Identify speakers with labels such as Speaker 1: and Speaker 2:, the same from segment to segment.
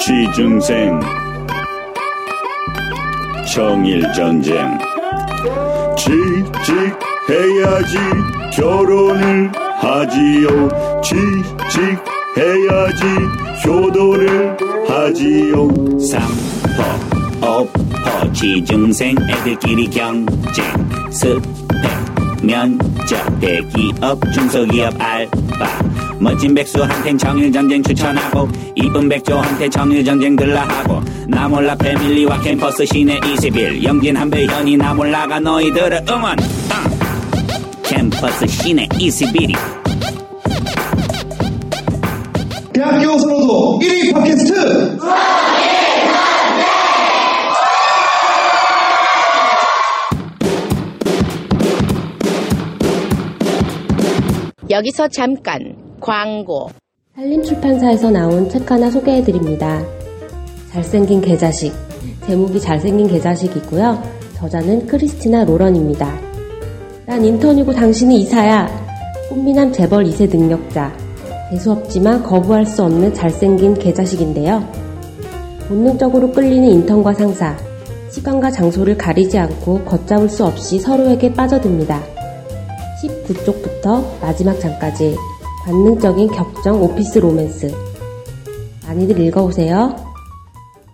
Speaker 1: 취중생 청일전쟁 취직해야지 결혼을 하지요 취직해야지 효도를 하지요
Speaker 2: 삼포 오포 취중생 애들끼리 경쟁 스펙 면접 대기업 중소기업 알바 멋진 백수한텐 정일전쟁 추천하고 이쁜 백조한테 정일전쟁 들라하고 나몰라 패밀리와 캠퍼스 시내 21 영진 한배현이 나몰라가 너희들을 응원 땅 캠퍼스 시내 21이
Speaker 3: 대학교 선호도 1위 팟캐스트
Speaker 4: 여기서 잠깐 광고.
Speaker 5: 한림출판사에서 나온 책 하나 소개해드립니다. 잘생긴 개자식. 제목이 잘생긴 개자식이고요. 저자는 크리스티나 로런입니다. 난 인턴이고 당신이 이사야. 꽃미남 재벌 2세 능력자. 재수 없지만 거부할 수 없는 잘생긴 개자식인데요. 본능적으로 끌리는 인턴과 상사. 시간과 장소를 가리지 않고 걷잡을 수 없이 서로에게 빠져듭니다. 19쪽부터 마지막 장까지 관능적인 격정 오피스 로맨스 많이들 읽어보세요.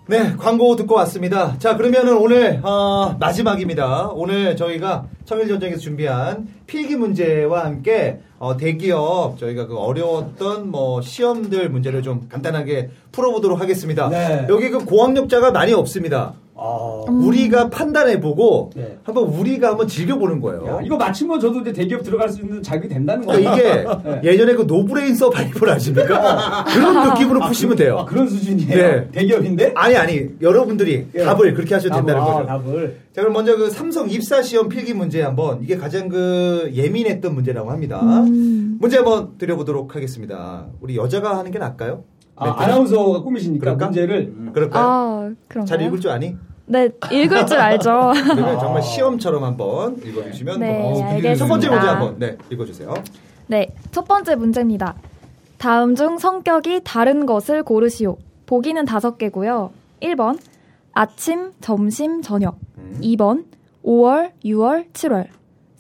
Speaker 3: 네 광고 듣고 왔습니다 자 그러면은 오늘 어, 마지막입니다 오늘 저희가 청일전쟁에서 준비한 필기 문제와 함께 어, 대기업 저희가 그 어려웠던 뭐 시험들 문제를 좀 간단하게 풀어보도록 하겠습니다
Speaker 6: 네.
Speaker 3: 여기 그 고학력자가 많이 없습니다
Speaker 6: 아,
Speaker 3: 우리가 판단해보고
Speaker 6: 네.
Speaker 3: 한번 우리가 한번 즐겨보는 거예요
Speaker 6: 야, 어, 이거 맞추면 저도 이제 대기업 들어갈 수 있는 자격이 된다는 거예요. 네.
Speaker 3: 그러니까 이게 예전에 그 노브레인 서바이벌 아십니까? 그런 느낌으로 푸시면 돼요.
Speaker 6: 아, 그런 수준이에요.
Speaker 3: 네.
Speaker 6: 대기업인데?
Speaker 3: 아니 아니 여러분들이
Speaker 6: 예.
Speaker 3: 답을 그렇게 하셔도
Speaker 6: 답을,
Speaker 3: 된다는
Speaker 6: 아,
Speaker 3: 거죠.
Speaker 6: 답을.
Speaker 3: 자 그럼 먼저 그 삼성 입사 시험 필기 문제 한번 이게 가장 그 예민했던 문제라고 합니다.
Speaker 7: 음.
Speaker 3: 문제 한번 드려보도록 하겠습니다. 우리 여자가 하는 게 나을까요?
Speaker 6: 아, 아나운서가 꿈이시니까
Speaker 3: 네, 그럴까? 음.
Speaker 6: 문제를
Speaker 3: 그럴까요?
Speaker 7: 아, 그런가요?
Speaker 3: 잘 읽을 줄 아니?
Speaker 7: 네, 읽을 줄 알죠.
Speaker 3: 그러면
Speaker 6: 아.
Speaker 3: 정말 시험처럼 한번 읽어주시면
Speaker 7: 네,
Speaker 3: 너무 좋겠습니다.
Speaker 7: 알겠습니다.
Speaker 3: 첫 번째 문제 한번 네 읽어주세요.
Speaker 7: 네, 첫 번째 문제입니다. 다음 중 성격이 다른 것을 고르시오. 보기는 다섯 개고요. 1번 아침, 점심, 저녁.
Speaker 3: 음.
Speaker 7: 2번 5월, 6월, 7월.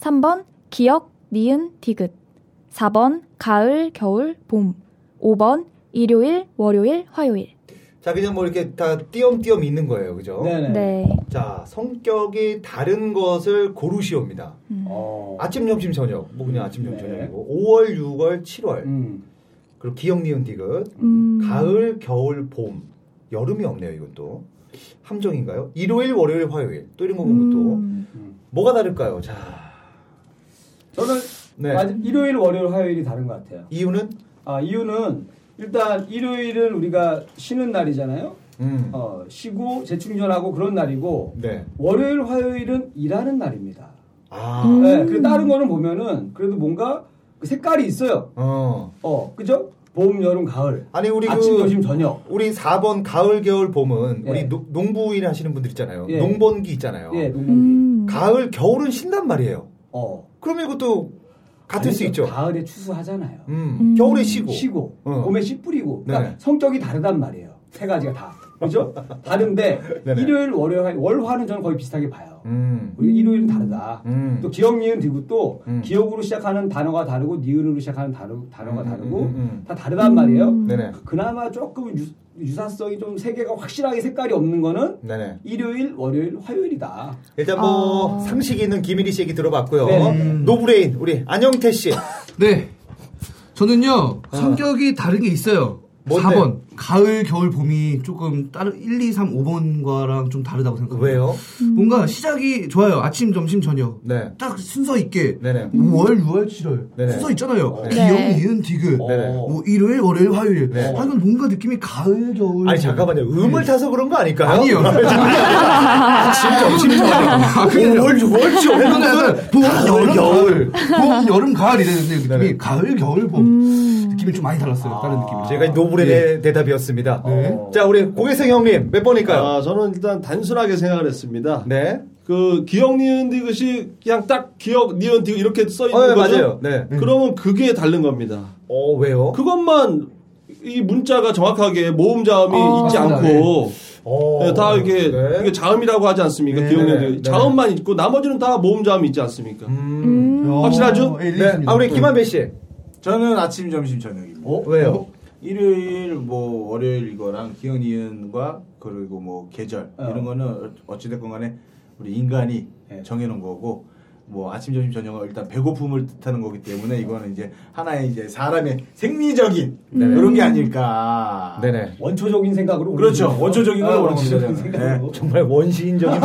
Speaker 7: 3번 기억, 니은, 디귿. 4번 가을, 겨울, 봄. 5번 일요일, 월요일, 화요일.
Speaker 3: 자 그냥 뭐 이렇게 다 띄엄띄엄 있는 거예요, 그죠?
Speaker 6: 네네.
Speaker 7: 네.
Speaker 3: 자, 성격이 다른 것을 고르시옵니다.
Speaker 6: 어.
Speaker 3: 아침, 점심, 저녁. 뭐 그냥 아침, 점심,
Speaker 6: 네.
Speaker 3: 저녁이고. 5월, 6월, 7월.
Speaker 6: 음.
Speaker 3: 그리고 기억, 니은, 디귿.
Speaker 7: 음.
Speaker 3: 가을, 겨울, 봄. 여름이 없네요, 이건 또. 함정인가요? 일요일, 월요일, 화요일. 또 이런 거 보면
Speaker 7: 음.
Speaker 3: 또. 뭐가 다를까요? 자,
Speaker 6: 저는
Speaker 3: 네.
Speaker 6: 맞아- 일요일, 월요일, 화요일이 다른 것 같아요.
Speaker 3: 이유는?
Speaker 6: 아, 이유는 일단 일요일은 우리가 쉬는 날이잖아요.
Speaker 3: 음.
Speaker 6: 어, 쉬고 재충전하고 그런 날이고
Speaker 3: 네.
Speaker 6: 월요일, 화요일은 일하는 날입니다.
Speaker 3: 아,
Speaker 6: 네, 그리고 다른 거는 보면은 그래도 뭔가 그 색깔이 있어요.
Speaker 3: 어.
Speaker 6: 어, 그죠? 봄, 여름, 가을.
Speaker 3: 아니, 우리 그.
Speaker 6: 아침, 점심, 저녁.
Speaker 3: 우리 4번 가을, 겨울, 봄은
Speaker 6: 예.
Speaker 3: 우리 노- 농부인 하시는 분들 있잖아요.
Speaker 6: 예.
Speaker 3: 농번기 있잖아요.
Speaker 6: 예, 농기
Speaker 7: 음.
Speaker 3: 가을, 겨울은 쉰단 말이에요.
Speaker 6: 어.
Speaker 3: 그러면 이것도 같을
Speaker 6: 아니,
Speaker 3: 수 있죠.
Speaker 6: 가을에 추수하잖아요.
Speaker 3: 음,
Speaker 7: 음.
Speaker 3: 겨울에 쉬고.
Speaker 6: 쉬고,
Speaker 3: 어.
Speaker 6: 봄에 씨 뿌리고. 그러니까
Speaker 3: 네네.
Speaker 6: 성격이 다르단 말이에요. 세 가지가 다. 그죠? 다른데
Speaker 3: 네네.
Speaker 6: 일요일, 월요일, 화- 월화는 저는 거의 비슷하게 봐요.
Speaker 3: 음.
Speaker 6: 우리 일요일은 다르다.
Speaker 3: 음.
Speaker 6: 또 기억 니은 디귿 또
Speaker 3: 음.
Speaker 6: 기억으로 시작하는 단어가 다르고 니은으로 시작하는 단어, 단어가
Speaker 3: 음,
Speaker 6: 다르고
Speaker 3: 음, 음.
Speaker 6: 다 다르단 말이에요.
Speaker 3: 네네.
Speaker 6: 그나마 조금 유, 사성이좀 세 개가 확실하게 색깔이 없는 거는
Speaker 3: 네네.
Speaker 6: 일요일, 월요일, 화요일이다.
Speaker 3: 일단 뭐
Speaker 7: 아.
Speaker 3: 상식 있는 김일희 씨 얘기 들어봤고요.
Speaker 6: 네.
Speaker 3: 음. 노브레인 우리 안영태 씨.
Speaker 8: 네. 저는요, 성격이 다른 게 있어요.
Speaker 3: 아. 뭔데?
Speaker 8: 4번. 가을, 겨울, 봄이 조금 다른, 1, 2, 3, 5번과랑 좀 다르다고 생각합니다.
Speaker 3: 그 왜요?
Speaker 8: 뭔가 시작이 좋아요. 아침, 점심, 저녁.
Speaker 3: 네.
Speaker 8: 딱 순서 있게. 뭐
Speaker 3: 네네.
Speaker 8: 5월, 6월, 7월.
Speaker 3: 네네.
Speaker 8: 순서 있잖아요.
Speaker 3: 네.
Speaker 8: 기억, 니은, 디귿.
Speaker 3: 네네.
Speaker 8: 뭐 일요일, 월요일, 화요일.
Speaker 3: 네.
Speaker 8: 아, 이건 뭔가 느낌이 가을, 겨울. 네.
Speaker 3: 아니 잠깐만요. 음을 타서 그런 거 아닐까요?
Speaker 8: 아니요.
Speaker 3: 진짜 엄청
Speaker 8: 아, 그게 아니라-
Speaker 3: 뭐 월 월치
Speaker 8: 이거는 약간 봄, 그러니까
Speaker 3: 겨울.
Speaker 8: 여름, 겨울. 봄, 여름, 가을 이랬는데 느낌이
Speaker 3: 네네.
Speaker 8: 가을, 겨울, 봄. 느낌이 좀 많이 달랐어요. 다른 느낌이.
Speaker 3: 제가 노브레인의 대답이었습니다. 음.
Speaker 8: 네.
Speaker 6: 어.
Speaker 3: 자 우리 고객생 형님 몇 번일까요?
Speaker 9: 아, 저는 일단 단순하게 생각을 했습니다.
Speaker 3: 네.
Speaker 9: 그 기억 니은 디귿이 그냥 딱 기억 니은 디귿 이렇게 써 있는
Speaker 3: 어, 네,
Speaker 9: 거죠.
Speaker 3: 맞아요. 네.
Speaker 9: 그러면 그게 다른 겁니다.
Speaker 3: 어 왜요?
Speaker 9: 그것만 이 문자가 정확하게 모음 자음이
Speaker 7: 어.
Speaker 9: 있지
Speaker 6: 맞습니다.
Speaker 9: 않고
Speaker 3: 어.
Speaker 9: 예, 다 이렇게
Speaker 3: 네.
Speaker 9: 이게 자음이라고 하지 않습니까?
Speaker 3: 네,
Speaker 9: 기억력이
Speaker 3: 네.
Speaker 9: 자음만 있고 나머지는 다 모음 자음이 있지 않습니까?
Speaker 3: 음.
Speaker 9: 확실하죠?
Speaker 8: 예,
Speaker 3: 네.
Speaker 8: 일리있습니다.
Speaker 3: 아
Speaker 9: 음.
Speaker 3: 우리 김한배 씨.
Speaker 10: 저는 아침, 점심, 저녁입니다.
Speaker 3: 어? 왜요?
Speaker 10: 일요일, 뭐 월요일 이거랑 기억 니은과 그리고 뭐 계절
Speaker 6: 어.
Speaker 10: 이런 거는 어찌됐건 간에 우리 인간이 정해놓은 거고 뭐 아침, 점심, 저녁은 일단 배고픔을 뜻하는 거기 때문에 이거는 이제 하나의 이제 사람의 생리적인
Speaker 3: 네네.
Speaker 10: 그런 게 아닐까.
Speaker 3: 음. 네네.
Speaker 6: 원초적인 생각으로
Speaker 10: 그렇죠.
Speaker 6: 우리는-
Speaker 10: 원초적인
Speaker 6: 아,
Speaker 10: 걸 네.
Speaker 6: 원초적인
Speaker 10: 원초적인
Speaker 6: 생각으로.
Speaker 9: 네.
Speaker 3: 정말 원시인적인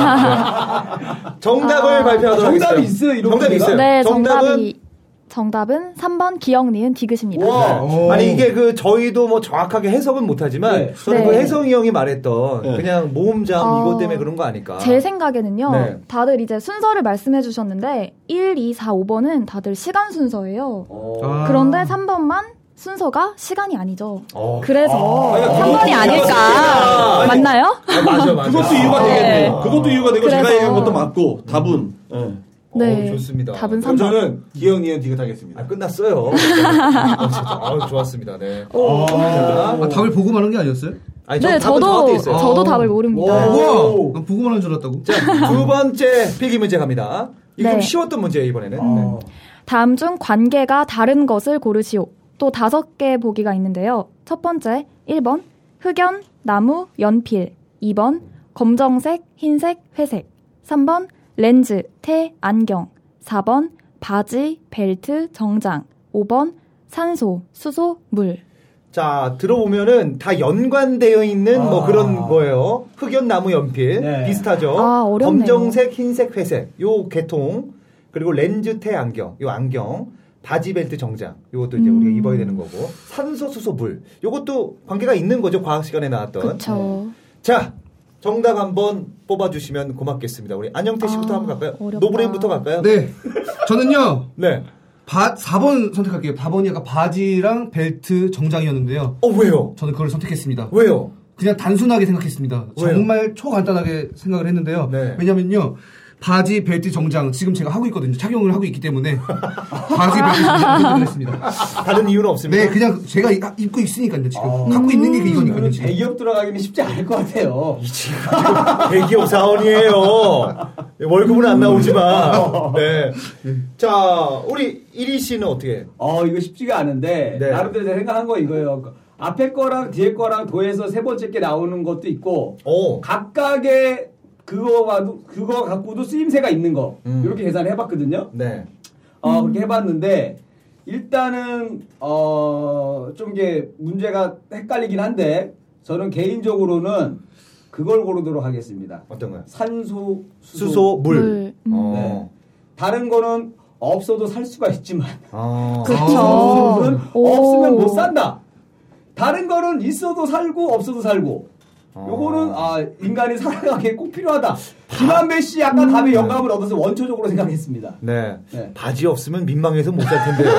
Speaker 3: 발언입니다. 네. 정답을 발표하도록
Speaker 6: 정답이
Speaker 3: 하겠습니다.
Speaker 6: 있어요, 이런
Speaker 3: 정답이
Speaker 6: 문제가?
Speaker 3: 있어요.
Speaker 7: 네,
Speaker 3: 정답은
Speaker 7: 정답이 정답은 3번 기억 니은 디귿입니다.
Speaker 3: 와,
Speaker 8: 오.
Speaker 3: 아니 이게 그 저희도 뭐 정확하게 해석은 못하지만
Speaker 6: 네.
Speaker 3: 저는 그
Speaker 7: 네.
Speaker 3: 해성이 형이 말했던
Speaker 9: 네.
Speaker 3: 그냥 모음장
Speaker 7: 어.
Speaker 3: 이것 때문에 그런 거 아닐까?
Speaker 7: 제 생각에는요.
Speaker 3: 네.
Speaker 7: 다들 이제 순서를 말씀해 주셨는데 1, 2, 4, 5번은 다들 시간 순서예요.
Speaker 8: 아.
Speaker 7: 그런데 3번만 순서가 시간이 아니죠.
Speaker 3: 어.
Speaker 7: 그래서
Speaker 9: 아니, 그거
Speaker 7: 3번이
Speaker 9: 이유가
Speaker 7: 아닐까.
Speaker 9: 생기잖아.
Speaker 7: 맞나요?
Speaker 3: 아, 맞아 맞아.
Speaker 9: 그것도 이유가
Speaker 7: 아.
Speaker 9: 되겠네요.
Speaker 7: 네.
Speaker 9: 그것도 이유가 되고 제가
Speaker 7: 그래서-
Speaker 9: 얘기한 것도 맞고 답은 예.
Speaker 7: 네.
Speaker 3: 어, 좋습니다.
Speaker 7: 답은 3번.
Speaker 10: 저는 기억 니은 디귿하겠습니다.
Speaker 3: 아, 끝났어요. 아, 진짜. 아우, 좋았습니다. 네.
Speaker 8: 아, 아, 답을 보고 말한 게 아니었어요?
Speaker 3: 아니,
Speaker 7: 어, 네,
Speaker 3: 답은
Speaker 7: 저도
Speaker 3: 정확히 있어요. 아.
Speaker 7: 저도 답을 모릅니다.
Speaker 8: 우와! 난 아, 보고 말한 줄 알았다고?
Speaker 3: 자, 두 번째 필기 문제 갑니다. 이게 좀
Speaker 7: 네.
Speaker 3: 쉬웠던 문제예요, 이번에는. 네.
Speaker 6: 어.
Speaker 7: 다음 중 관계가 다른 것을 고르시오. 또 다섯 개 보기가 있는데요. 첫 번째, 1번, 흑연, 나무, 연필. 2번, 검정색, 흰색, 회색. 3번, 렌즈, 테, 안경. 4번, 바지, 벨트, 정장. 5번, 산소, 수소, 물.
Speaker 3: 자, 들어보면은 다 연관되어 있는 뭐
Speaker 6: 아.
Speaker 3: 그런 거예요. 흑연, 나무, 연필.
Speaker 6: 네.
Speaker 3: 비슷하죠?
Speaker 7: 아, 어렵네요.
Speaker 3: 검정색, 흰색, 회색. 요 개통. 그리고 렌즈, 테, 안경. 요 안경. 바지, 벨트, 정장. 요것도 이제 우리가
Speaker 7: 음.
Speaker 3: 입어야 되는 거고. 산소, 수소, 물. 요것도 관계가 있는 거죠. 과학 시간에 나왔던.
Speaker 7: 그쵸.
Speaker 9: 네.
Speaker 3: 자, 정답 한번 뽑아주시면 고맙겠습니다. 우리 안영태 씨부터
Speaker 7: 아,
Speaker 3: 한번 갈까요?
Speaker 7: 어렵다.
Speaker 3: 노브레인부터 갈까요?
Speaker 8: 네. 저는요,
Speaker 3: 네.
Speaker 8: 바, 4번 선택할게요. 4번이 약간 바지랑 벨트 정장이었는데요.
Speaker 3: 어, 왜요?
Speaker 8: 저는 그걸 선택했습니다.
Speaker 3: 왜요?
Speaker 8: 그냥 단순하게 생각했습니다.
Speaker 3: 왜요?
Speaker 8: 정말 초간단하게 생각을 했는데요.
Speaker 3: 네.
Speaker 8: 왜냐면요. 바지, 벨트, 정장 지금 제가 하고 있거든요. 착용을 하고 있기 때문에 바지, 벨트, 정장 선택을 했습니다.
Speaker 3: 다른 이유는 없습니다.
Speaker 8: 네, 그냥 제가 이- 입고 있으니까요. 지금
Speaker 6: 어.
Speaker 8: 갖고 있는 게 이거니까요.
Speaker 6: 그런
Speaker 8: 지금.
Speaker 6: 대기업 들어가기는 쉽지 않을 것 같아요.
Speaker 3: 대기업 사원이에요. 월급은 안
Speaker 6: 음.
Speaker 3: 나오지만. 네. 자, 우리 이리 씨는 어떻게?
Speaker 6: 어 이거 쉽지가 않은데
Speaker 3: 네.
Speaker 6: 나름대로 제가 생각한 거 이거예요. 그 앞에 거랑 뒤에 거랑 더해서 세 번째 게 나오는 것도 있고
Speaker 3: 오.
Speaker 6: 각각의 그거와도 그거 갖고도 쓰임새가 있는 거
Speaker 3: 음.
Speaker 6: 이렇게 계산을 해봤거든요.
Speaker 3: 네.
Speaker 6: 어 그렇게 해봤는데 일단은 어좀 이게 문제가 헷갈리긴 한데 저는 개인적으로는 그걸 고르도록 하겠습니다.
Speaker 3: 어떤 거요?
Speaker 6: 산소 수소, 네.
Speaker 3: 수소, 물.
Speaker 7: 물. 음.
Speaker 3: 어.
Speaker 6: 다른 거는 없어도 살 수가 있지만
Speaker 3: 아.
Speaker 7: 그쵸.
Speaker 6: 수소는
Speaker 7: 오.
Speaker 6: 없으면 못 산다. 다른 거는 있어도 살고 없어도 살고.
Speaker 3: 어.
Speaker 6: 요거는 아 인간이 살아가기에 꼭 필요하다. 김한배 씨 아까
Speaker 3: 음.
Speaker 6: 답에 영감을 얻어서 원초적으로 생각했습니다.
Speaker 3: 네.
Speaker 6: 네.
Speaker 3: 바지 없으면 민망해서 못 살 텐데요.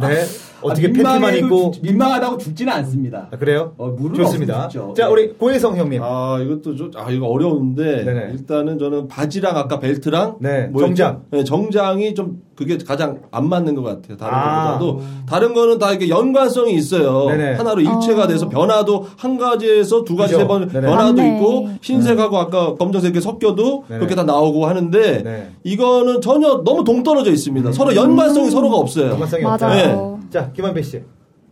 Speaker 3: 네. 어떻게
Speaker 6: 아,
Speaker 3: 팬티만
Speaker 6: 민망해도
Speaker 3: 입고.
Speaker 6: 죽- 민망하다고 죽지는 않습니다.
Speaker 3: 아, 그래요?
Speaker 6: 어, 물은
Speaker 3: 좋습니다.
Speaker 6: 없으면 좋죠.
Speaker 3: 자,
Speaker 6: 네.
Speaker 3: 우리 고혜성 형님.
Speaker 9: 아 이것도 좀, 아 이거 어려운데
Speaker 3: 네네.
Speaker 9: 일단은 저는 바지랑 아까 벨트랑
Speaker 3: 네,
Speaker 9: 뭐였죠?
Speaker 3: 정장.
Speaker 9: 네, 정장이 좀 그게 가장 안 맞는 것 같아요 다른
Speaker 3: 아.
Speaker 9: 것보다도 다른 거는 다 이게 연관성이 있어요
Speaker 3: 네네.
Speaker 9: 하나로 일체가 돼서 변화도 한 가지에서 두 가지
Speaker 3: 그죠?
Speaker 9: 세 번
Speaker 3: 네네.
Speaker 9: 변화도
Speaker 7: 맞네.
Speaker 9: 있고 흰색하고 아까 검정색이 섞여도
Speaker 3: 네네.
Speaker 9: 그렇게 다 나오고 하는데
Speaker 3: 네. 음.
Speaker 9: 이거는 전혀 너무 동떨어져 있습니다 서로 연관성이 서로가 없어요
Speaker 3: 연관성이 없다. 네.
Speaker 7: 맞아요.
Speaker 3: 자, 김한배 씨.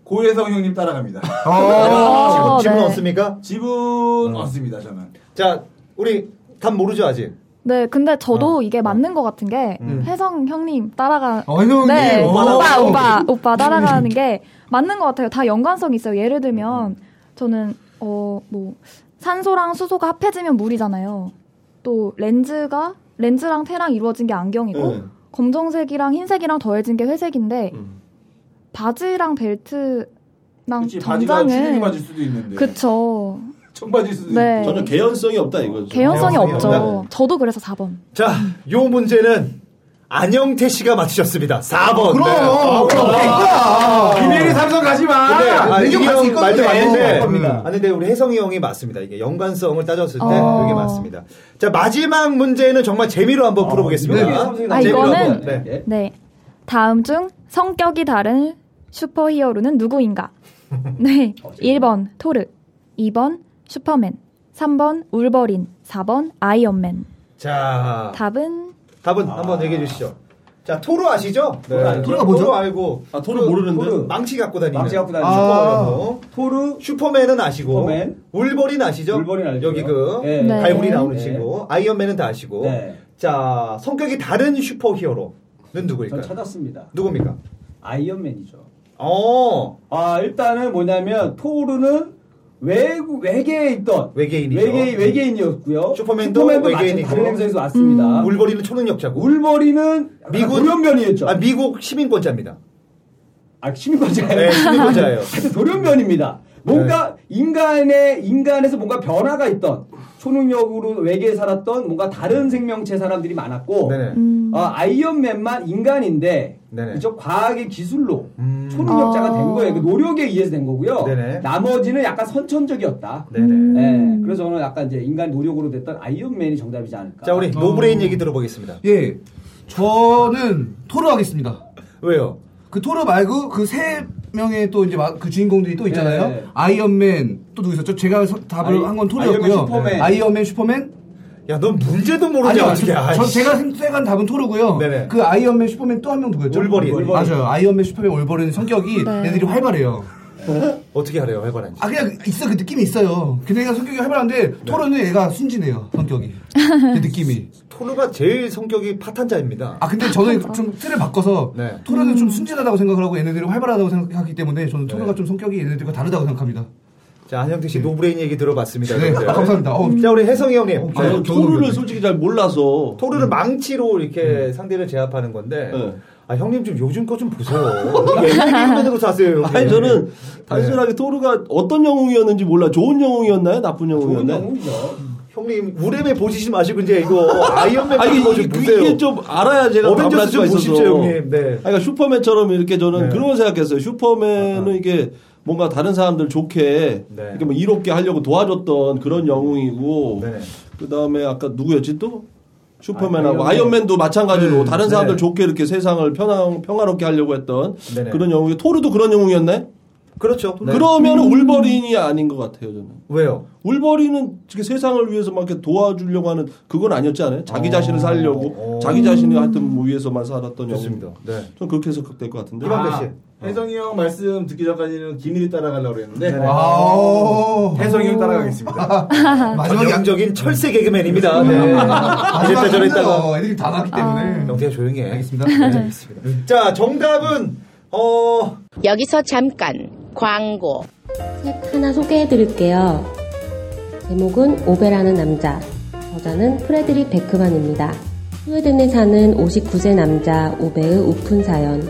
Speaker 10: 고혜성 형님 따라갑니다.
Speaker 3: 지분,
Speaker 7: 어,
Speaker 3: 지분
Speaker 7: 네.
Speaker 3: 없습니까? 음.
Speaker 10: 지분 없습니다 저는.
Speaker 3: 자, 우리 답 모르죠, 아직?
Speaker 7: 네, 근데 저도 이게 맞는 것 같은 게
Speaker 9: 음.
Speaker 7: 혜성 형님 따라가
Speaker 6: 음,
Speaker 8: 어, 혜성
Speaker 7: 네,
Speaker 8: 형님.
Speaker 7: 오빠
Speaker 8: 오.
Speaker 7: 오빠 오빠 따라가는 게 맞는 것 같아요. 다 연관성이 있어요. 예를 들면 저는 어 뭐 산소랑 수소가 합해지면 물이잖아요. 또 렌즈가 렌즈랑 테랑 이루어진 게 안경이고
Speaker 9: 네.
Speaker 7: 검정색이랑 흰색이랑 더해진 게 회색인데 바지랑 벨트랑
Speaker 10: 그렇지 바지가
Speaker 7: 정장은
Speaker 10: 튜닝이 맞을 수도 있는데.
Speaker 7: 그쵸.
Speaker 10: 청바지일
Speaker 6: 음,
Speaker 10: 수도
Speaker 7: 네.
Speaker 9: 전혀 개연성이 없다
Speaker 3: 그렇죠.
Speaker 9: 이거죠
Speaker 7: 개연성이
Speaker 3: 개연성이
Speaker 7: 없죠.
Speaker 3: 없다.
Speaker 7: 저도 그래서 4번.
Speaker 3: 자, 요 문제는 안영태 씨가 맞추셨습니다. 4번.
Speaker 8: 그럼.
Speaker 3: 어.
Speaker 10: 있고. 김일이 삼성 가지 마.
Speaker 3: 근데 아,
Speaker 8: 내경
Speaker 3: 이경
Speaker 8: 갈수 있거든요.
Speaker 3: 말도 맞는데,
Speaker 8: 갈 겁니다.
Speaker 3: 아, 근데 우리 혜성이 형이 맞습니다. 이게 연관성을 따졌을 때
Speaker 7: 어.
Speaker 3: 그게 맞습니다. 자 마지막 문제는 정말 재미로 한번 풀어보겠습니다.
Speaker 6: 아,
Speaker 3: 네.
Speaker 6: 이렇게 삼성이
Speaker 10: 예.
Speaker 7: 아,
Speaker 6: 나오는
Speaker 7: 이거는-
Speaker 6: 거예요. 네.
Speaker 7: 네. 다음 중 성격이 다른 슈퍼히어로는 누구인가? 네. 1번 토르, 2번 슈퍼맨, 3번 울버린, 4번 아이언맨.
Speaker 3: 자,
Speaker 7: 답은
Speaker 3: 답은 한번 얘기해 주시죠. 자, 토르 아시죠?
Speaker 6: 토르 알죠.
Speaker 3: 토르가 뭐죠? 토르 알고.
Speaker 9: 아, 토르 모르는데?
Speaker 3: 망치 갖고 다니는.
Speaker 6: 망치 갖고 다니는
Speaker 3: 아,
Speaker 6: 토르
Speaker 3: 슈퍼맨은 아시고.
Speaker 6: 슈퍼맨.
Speaker 3: 울버린 아시죠?
Speaker 6: 울버린 알죠.
Speaker 3: 여기 그
Speaker 6: 예.
Speaker 7: 네.
Speaker 3: 갈고리 나오는
Speaker 6: 네.
Speaker 3: 친구. 아이언맨은 다 아시고.
Speaker 6: 네.
Speaker 3: 자, 성격이 다른 슈퍼히어로는
Speaker 6: 전
Speaker 3: 누구일까요?
Speaker 6: 찾았습니다.
Speaker 3: 누굽니까?
Speaker 6: 아이언맨이죠.
Speaker 3: 어,
Speaker 6: 아 일단은 뭐냐면 토르는 외국 외계에 있던
Speaker 3: 외계인이죠.
Speaker 6: 외계 외계인이었고요.
Speaker 3: 슈퍼맨도 외계인이고.
Speaker 6: 마침 다른 행성에서 왔습니다.
Speaker 3: 울버린은 초능력자고.
Speaker 6: 울버리는
Speaker 3: 미군-
Speaker 6: 미군
Speaker 8: 그렇죠.
Speaker 6: 돌연변이였죠.
Speaker 3: 아, 미국 시민권자입니다.
Speaker 6: 아 시민권자예요.
Speaker 3: 네, 시민권자예요. 네.
Speaker 6: 하여튼 돌연변입니다. 뭔가 인간의 인간에서 뭔가 변화가 있던 초능력으로 외계에 살았던 뭔가 다른 생명체 사람들이 많았고
Speaker 3: 네네.
Speaker 7: 음.
Speaker 6: 어, 아이언맨만 인간인데
Speaker 3: 네네.
Speaker 6: 이제 과학의 기술로
Speaker 3: 음.
Speaker 6: 초능력자가
Speaker 7: 아.
Speaker 6: 된 거예요. 그 노력에 의해서 된 거고요.
Speaker 3: 네네.
Speaker 6: 나머지는 약간 선천적이었다.
Speaker 3: 네네.
Speaker 6: 예,
Speaker 9: 음.
Speaker 6: 그래서 저는 약간 이제 인간 노력으로 됐던 아이언맨이 정답이지 않을까.
Speaker 8: 어.
Speaker 3: 자, 우리 노브레인 얘기 들어보겠습니다.
Speaker 8: 예, 저는 토르 하겠습니다.
Speaker 3: 왜요?
Speaker 8: 그 토르 말고 그 세 명의 또 이제 마- 그 주인공들이 또 있잖아요.
Speaker 6: 네.
Speaker 8: 아이언맨 또 누구 있었죠? 제가 서- 답을
Speaker 6: 아이-
Speaker 8: 한 건 토르였고요.
Speaker 6: 아이언맨, 슈퍼맨.
Speaker 8: 아이언맨 슈퍼맨
Speaker 3: 야, 넌 문제도 모르지
Speaker 8: 아니요,
Speaker 3: 어떻게?
Speaker 8: 저- 저,
Speaker 3: 아이씨.
Speaker 8: 제가 생각한 답은 토르고요.
Speaker 3: 네네.
Speaker 8: 그 아이언맨 슈퍼맨 또 한 명 누구였죠?
Speaker 3: 올버린. 올버린.
Speaker 8: 맞아요. 아이언맨 슈퍼맨 올버린 성격이
Speaker 7: 네.
Speaker 8: 애들이 활발해요.
Speaker 3: 어떻게 하래요, 해바라지?
Speaker 8: 아 그냥 있어 그 느낌이 있어요. 근데 얘가 성격이
Speaker 3: 네.
Speaker 8: 활발한데 토르는 얘가 순진해요 성격이 그 느낌이.
Speaker 3: 토르가 제일 성격이 파탄자입니다.
Speaker 8: 아 근데 저는
Speaker 7: 그렇죠.
Speaker 8: 좀 틀을 바꿔서
Speaker 3: 네.
Speaker 8: 토르는
Speaker 7: 음.
Speaker 8: 좀 순진하다고 생각을 하고 얘네들이 활발하다고 생각하기 때문에 저는 토르가 좀 성격이 얘네들과 다르다고 생각합니다.
Speaker 3: 자, 한영태 씨 노브레인 얘기 들어봤습니다.
Speaker 8: 네,
Speaker 3: 여러분들.
Speaker 8: 아, 감사합니다. 어,
Speaker 3: 자, 우리 혜성이 형님.
Speaker 8: 어,
Speaker 9: 아,
Speaker 3: 네.
Speaker 9: 저는
Speaker 8: 겨울
Speaker 9: 토르를
Speaker 8: 오겠네.
Speaker 9: 솔직히 잘 몰라서
Speaker 10: 음.
Speaker 3: 토르를 망치로 이렇게 상대를 제압하는 건데.
Speaker 9: 네.
Speaker 3: 아, 형님 좀 요즘 거 좀 보세요. 예능으로 사세요. 형님.
Speaker 9: 아니 저는 단순하게 아, 토르가 어떤 영웅이었는지 몰라. 좋은 영웅이었나요? 나쁜
Speaker 6: 좋은
Speaker 9: 영웅이었나요?
Speaker 6: 영웅이죠.
Speaker 3: 네. 형님 우레메 보시지 마시고 이제 이거 아이언맨
Speaker 9: 아
Speaker 3: 같은
Speaker 9: 이게,
Speaker 3: 뭐 거좀
Speaker 9: 이게,
Speaker 3: 보세요.
Speaker 9: 좀 알아야 제가 답을 할
Speaker 3: 어벤져스
Speaker 9: 수가
Speaker 3: 좀
Speaker 9: 있어서.
Speaker 3: 보십시오, 형님. 네.
Speaker 9: 아니, 그러니까 슈퍼맨처럼 이렇게 저는
Speaker 3: 네.
Speaker 9: 그런 생각했어요. 슈퍼맨은
Speaker 3: 아,
Speaker 9: 이게 뭔가 다른 사람들 좋게
Speaker 3: 네.
Speaker 9: 이렇게 뭐 이롭게 하려고 도와줬던 그런 영웅이고
Speaker 3: 네네.
Speaker 9: 그 다음에 아까 누구였지 또? 슈퍼맨하고
Speaker 6: 아이언맨.
Speaker 9: 아이언맨. 도 마찬가지로 다른 사람들
Speaker 3: 네.
Speaker 9: 좋게 이렇게 세상을 평화, 평화롭게 하려고 했던
Speaker 3: 네네.
Speaker 9: 그런 영웅이 토르도 그런 영웅이었나요?
Speaker 3: 그렇죠. 네.
Speaker 9: 그러면 울버린이 아닌 것 같아요 저는.
Speaker 3: 왜요?
Speaker 9: 울버린은 이렇게 세상을 위해서 막 이렇게 도와주려고 하는 그건 아니었지 않아요? 자기 자신을 살려고
Speaker 3: 어.
Speaker 9: 자기 자신을 하여튼 뭐 위해서만 살았던
Speaker 3: 좋습니다.
Speaker 9: 영웅.
Speaker 3: 네.
Speaker 9: 전 그렇게 해석될 것 같은데.
Speaker 3: 이방대
Speaker 10: 아,
Speaker 3: 씨. 어.
Speaker 10: 혜성이 형 말씀 듣기 전까지는 기밀이 따라가려고
Speaker 6: 네.
Speaker 10: 그랬는데
Speaker 7: 네.
Speaker 3: 네.
Speaker 8: 아
Speaker 10: 혜성이 형 따라가겠습니다.
Speaker 8: 마지막에 음. 안
Speaker 3: 전형적인 철새 개그맨입니다. 네. 이랬다 저랬다가.
Speaker 8: 아, 애들이 다 나기
Speaker 7: 음.
Speaker 8: 때문에.
Speaker 3: 영태가 조용히 해. 네.
Speaker 8: 알겠습니다.
Speaker 3: 자, 정답은 어
Speaker 4: 여기서 잠깐 광고.
Speaker 5: 책 하나 소개해 드릴게요. 제목은 오베라는 남자. 저자는 프레드릭 베크만입니다. 스웨덴에 사는 59세 남자 오베의 우픈 사연.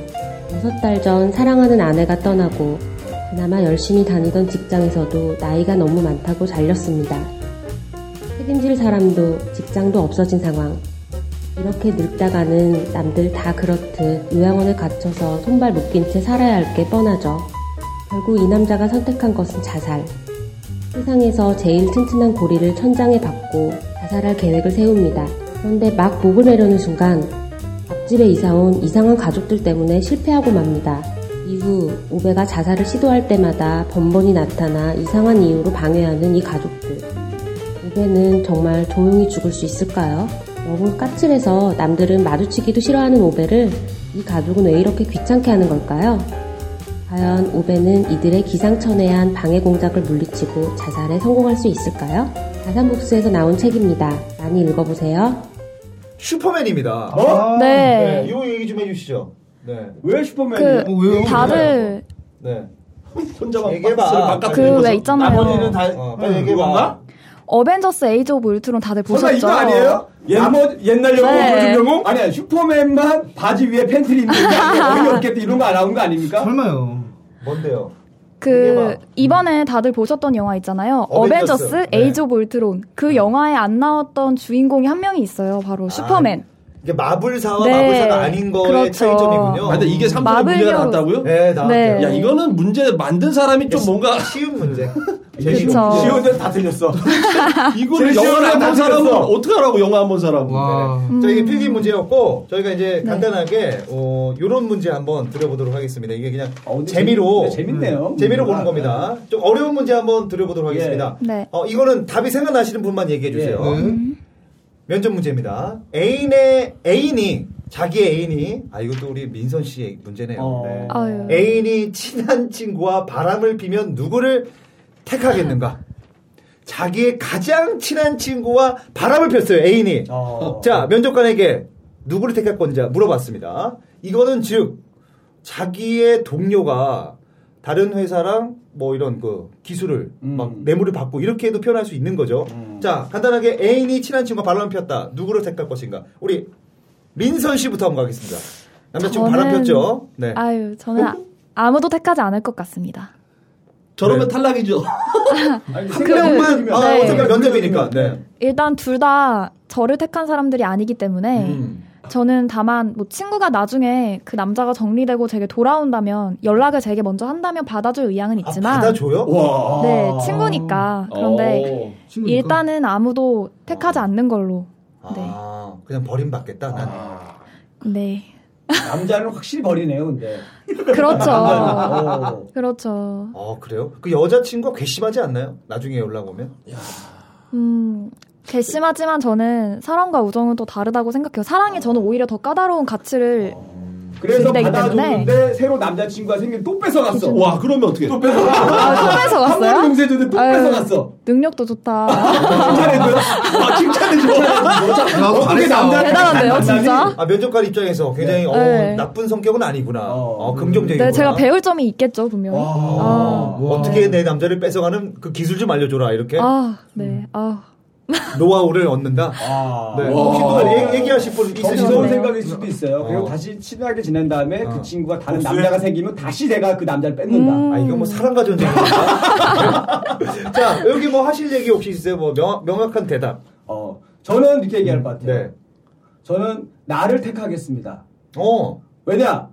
Speaker 5: 6달 전 사랑하는 아내가 떠나고 그나마 열심히 다니던 직장에서도 나이가 너무 많다고 잘렸습니다. 책임질 사람도 직장도 없어진 상황. 이렇게 늙다가는 남들 다 그렇듯 요양원에 갇혀서 손발 묶인 채 살아야 할 게 뻔하죠. 결국 이 남자가 선택한 것은 자살. 세상에서 제일 튼튼한 고리를 천장에 박고 자살할 계획을 세웁니다. 그런데 막 목을 내려는 순간 앞집에 이사온 이상한 가족들 때문에 실패하고 맙니다. 이후 오베가 자살을 시도할 때마다 번번이 나타나 이상한 이유로 방해하는 이 가족들. 오베는 정말 조용히 죽을 수 있을까요? 너무 까칠해서 남들은 마주치기도 싫어하는 오베를 이 가족은 왜 이렇게 귀찮게 하는 걸까요? 과연 오베는 이들의 기상천외한 방해 공작을 물리치고 자살에 성공할 수 있을까요? 자산복수에서 나온 책입니다. 많이 읽어보세요.
Speaker 3: 슈퍼맨입니다.
Speaker 6: 어?
Speaker 3: 네.
Speaker 7: 네.
Speaker 3: 이거 얘기 좀 해주시죠. 네.
Speaker 6: 왜 슈퍼맨이에요?
Speaker 8: 어, 왜요?
Speaker 7: 그 다들
Speaker 3: 네.
Speaker 9: 혼자만
Speaker 3: 얘기해봐.
Speaker 9: 박스를 바깥에
Speaker 7: 그
Speaker 9: 입어서.
Speaker 7: 왜 있잖아요.
Speaker 10: 나머지는 다
Speaker 3: 어, 빨리 얘기해봐.
Speaker 10: 그건가?
Speaker 7: 어벤져스 에이즈 오브 울트론 다들
Speaker 6: 설마
Speaker 7: 보셨죠?
Speaker 6: 이거 아니에요? 나머 옛날 영웅
Speaker 7: 그 네.
Speaker 6: 요즘 영웅? 아니야 슈퍼맨만 바지 위에 팬티를 입는 게 아니라 어이없겠다 이런 거 안 나온 거 아닙니까?
Speaker 8: 설마요.
Speaker 3: 뭔데요?
Speaker 7: 그 이번에 다들 보셨던 영화 있잖아요.
Speaker 3: 어벤져스.
Speaker 7: 어벤져스,
Speaker 3: 네.
Speaker 7: 에이즈 오브 울트론. 그 영화에 안 나왔던 주인공이 한 명이 있어요.
Speaker 3: 아,
Speaker 7: 바로 슈퍼맨.
Speaker 3: 이게 마블사와
Speaker 7: 네.
Speaker 3: 마블사가 아닌 거의
Speaker 7: 그렇죠.
Speaker 3: 차이점이군요.
Speaker 9: 아, 근데 이게 삼천원
Speaker 7: 마블
Speaker 9: 문제가
Speaker 7: 영웅.
Speaker 9: 나왔다고요?
Speaker 3: 네, 나왔대요.
Speaker 7: 네.
Speaker 9: 야 이거는 문제 만든 사람이 좀 뭔가
Speaker 3: 쉬운 문제.
Speaker 7: 그쵸.
Speaker 10: 시 혼자 다 틀렸어.
Speaker 9: 이거를 영화를
Speaker 10: 제일 시원한
Speaker 9: 한번 사람은
Speaker 10: 남자였어.
Speaker 9: 어떻게 하라고 영화 한번 사라고.
Speaker 3: 네. 자, 이게 필기 문제였고, 저희가 이제 간단하게, 어, 요런 문제 한번 드려보도록 하겠습니다. 이게 그냥
Speaker 6: 어, 근데
Speaker 3: 재미로.
Speaker 6: 재밌- 재밌네요.
Speaker 3: 음, 재미로 보는
Speaker 6: 아,
Speaker 3: 겁니다. 좀 어려운 문제 한번 드려보도록 하겠습니다.
Speaker 7: 네.
Speaker 3: 어, 이거는 답이 생각나시는 분만 얘기해주세요.
Speaker 6: 예.
Speaker 3: 면접 문제입니다. 애인의, 애인이, 자기 애인이, 아, 이것도 우리 민선 씨의 문제네요.
Speaker 6: 어.
Speaker 3: 네.
Speaker 7: 아유.
Speaker 3: 애인이 친한 친구와 바람을 피면 누구를 택하겠는가? 자기의 가장 친한 친구와 바람을 폈어요, 애인이.
Speaker 6: 어.
Speaker 3: 자, 면접관에게 누구를 택할 건지 물어봤습니다. 이거는 즉, 자기의 동료가 다른 회사랑 뭐 이런 그 기술을
Speaker 6: 음.
Speaker 3: 막 뇌물을 받고 이렇게도 표현할 수 있는 거죠. 자, 간단하게 애인이 친한 친구가 바람 폈다. 누구를 택할 것인가? 우리 민선 씨부터 한번 가겠습니다. 남자친구 바람 폈죠? 네.
Speaker 7: 아유, 저는 아- 아무도 택하지 않을 것 같습니다.
Speaker 9: 저러면
Speaker 8: 네.
Speaker 9: 탈락이죠.
Speaker 6: 아니,
Speaker 3: 한 명만
Speaker 6: 생각해보면-
Speaker 3: 아,
Speaker 7: 네.
Speaker 3: 어차피 면접이니까. 네.
Speaker 7: 일단 둘 다 저를 택한 사람들이 아니기 때문에
Speaker 3: 음.
Speaker 7: 저는 다만 뭐 친구가 나중에 그 남자가 정리되고 제게 돌아온다면 연락을 제게 먼저 한다면 받아줄 의향은
Speaker 3: 아,
Speaker 7: 있지만
Speaker 3: 받아줘요?
Speaker 9: 와.
Speaker 7: 네, 친구니까.
Speaker 9: 어.
Speaker 7: 그런데
Speaker 8: 친구니까.
Speaker 7: 일단은 아무도 택하지 않는 걸로.
Speaker 3: 아, 그냥 버림받겠다.
Speaker 9: 어.
Speaker 3: 난.
Speaker 7: 아. 네.
Speaker 6: 아, 남자는 확실히 버리네요, 근데.
Speaker 7: 그렇죠.
Speaker 6: 어.
Speaker 7: 그렇죠.
Speaker 3: 어, 그래요? 그 여자친구가 괘씸하지 않나요? 나중에 연락 오면?
Speaker 7: 음, 괘씸하지만 저는 사랑과 우정은 또 다르다고 생각해요. 사랑이 저는 오히려 더 까다로운 가치를
Speaker 6: 그래서
Speaker 7: 기대기
Speaker 6: 받아줬는데 새로 남자친구가 생긴 또 뺏어갔어.
Speaker 9: 와 그러면 어떻게? 또
Speaker 7: 아, 손에서
Speaker 6: 한번
Speaker 7: 갔어요?
Speaker 6: 용서해줬는데 또
Speaker 7: 아유.
Speaker 6: 뺏어갔어.
Speaker 7: 능력도 좋다.
Speaker 6: 칭찬해줘요? 아, 칭찬해줘.
Speaker 8: 야,
Speaker 6: 어떻게
Speaker 8: 잘했어.
Speaker 6: 남자
Speaker 7: 대단한데요, 진짜?
Speaker 3: 아, 면접관 입장에서 굉장히, 어,
Speaker 7: 네.
Speaker 3: 나쁜 성격은 아니구나.
Speaker 6: 어.
Speaker 3: 어, 긍정적이구나.
Speaker 7: 네, 제가 배울 점이 있겠죠, 분명히. 아,
Speaker 3: 뭐 어떻게 내 남자를 뺏어가는 그 기술 좀 알려줘라. 이렇게
Speaker 7: 아,
Speaker 3: 음.
Speaker 7: 네, 아.
Speaker 3: 노하우를 얻는다.
Speaker 6: 아.
Speaker 3: 네.
Speaker 6: 와.
Speaker 3: 혹시 또 얘- 얘기하실 분
Speaker 6: 무서운
Speaker 3: 있으시면
Speaker 6: 생각일 수도 있어요. 그리고
Speaker 3: 어.
Speaker 6: 다시 친하게 지낸 다음에
Speaker 9: 어.
Speaker 6: 그 친구가 다른
Speaker 10: 복수해?
Speaker 6: 남자가 생기면 다시 내가 그 남자를 뺏는다.
Speaker 7: 음.
Speaker 3: 아, 이거 뭐 사랑과 전쟁이니까. 자, 여기 뭐 하실 얘기 혹시 있으세요? 뭐 명, 명확한 대답.
Speaker 6: 어, 저는 이렇게 얘기할 것 같아요.
Speaker 3: 네.
Speaker 6: 저는 나를 택하겠습니다.
Speaker 3: 어.
Speaker 6: 왜냐?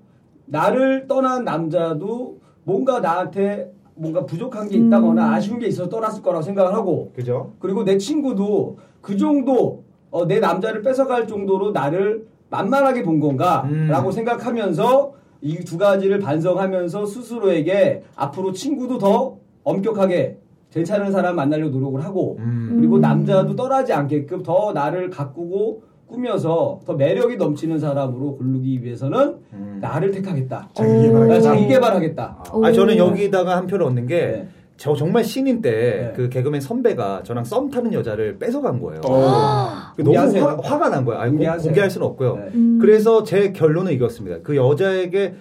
Speaker 6: 나를 떠난 남자도 뭔가 나한테 뭔가 부족한 게 있다거나 아쉬운 게 있어서 떠났을 거라고 생각을 하고
Speaker 3: 그죠?
Speaker 6: 그리고 내 친구도 그 정도 어, 내 남자를 뺏어갈 정도로 나를 만만하게 본
Speaker 3: 음.
Speaker 6: 건가라고 생각하면서 이 두 가지를 반성하면서 스스로에게 앞으로 친구도 더 엄격하게 괜찮은 사람 만나려고 노력을 하고
Speaker 3: 음.
Speaker 6: 그리고 남자도 떠나지 않게끔 더 나를 가꾸고 꾸며서 더 매력이 넘치는 사람으로 고르기 위해서는
Speaker 7: 음.
Speaker 3: 음.
Speaker 6: 나를 택하겠다. 네,
Speaker 10: 자기 개발하겠다.
Speaker 6: 자기 개발하겠다.
Speaker 3: 아,
Speaker 7: 오.
Speaker 3: 저는 여기다가 한 표를 얻는 게
Speaker 6: 네.
Speaker 3: 저 정말 신인 때
Speaker 6: 네.
Speaker 3: 그 개그맨 선배가 저랑 썸 타는 여자를 뺏어간 거예요. 그 너무
Speaker 6: 공개하세요.
Speaker 3: 화, 가난 거예요. 아니, 공-
Speaker 6: 공개하세요.
Speaker 3: 공개할 수는 없고요.
Speaker 6: 네.
Speaker 7: 음.
Speaker 3: 그래서 제 결론은 이겼습니다. 그 여자에게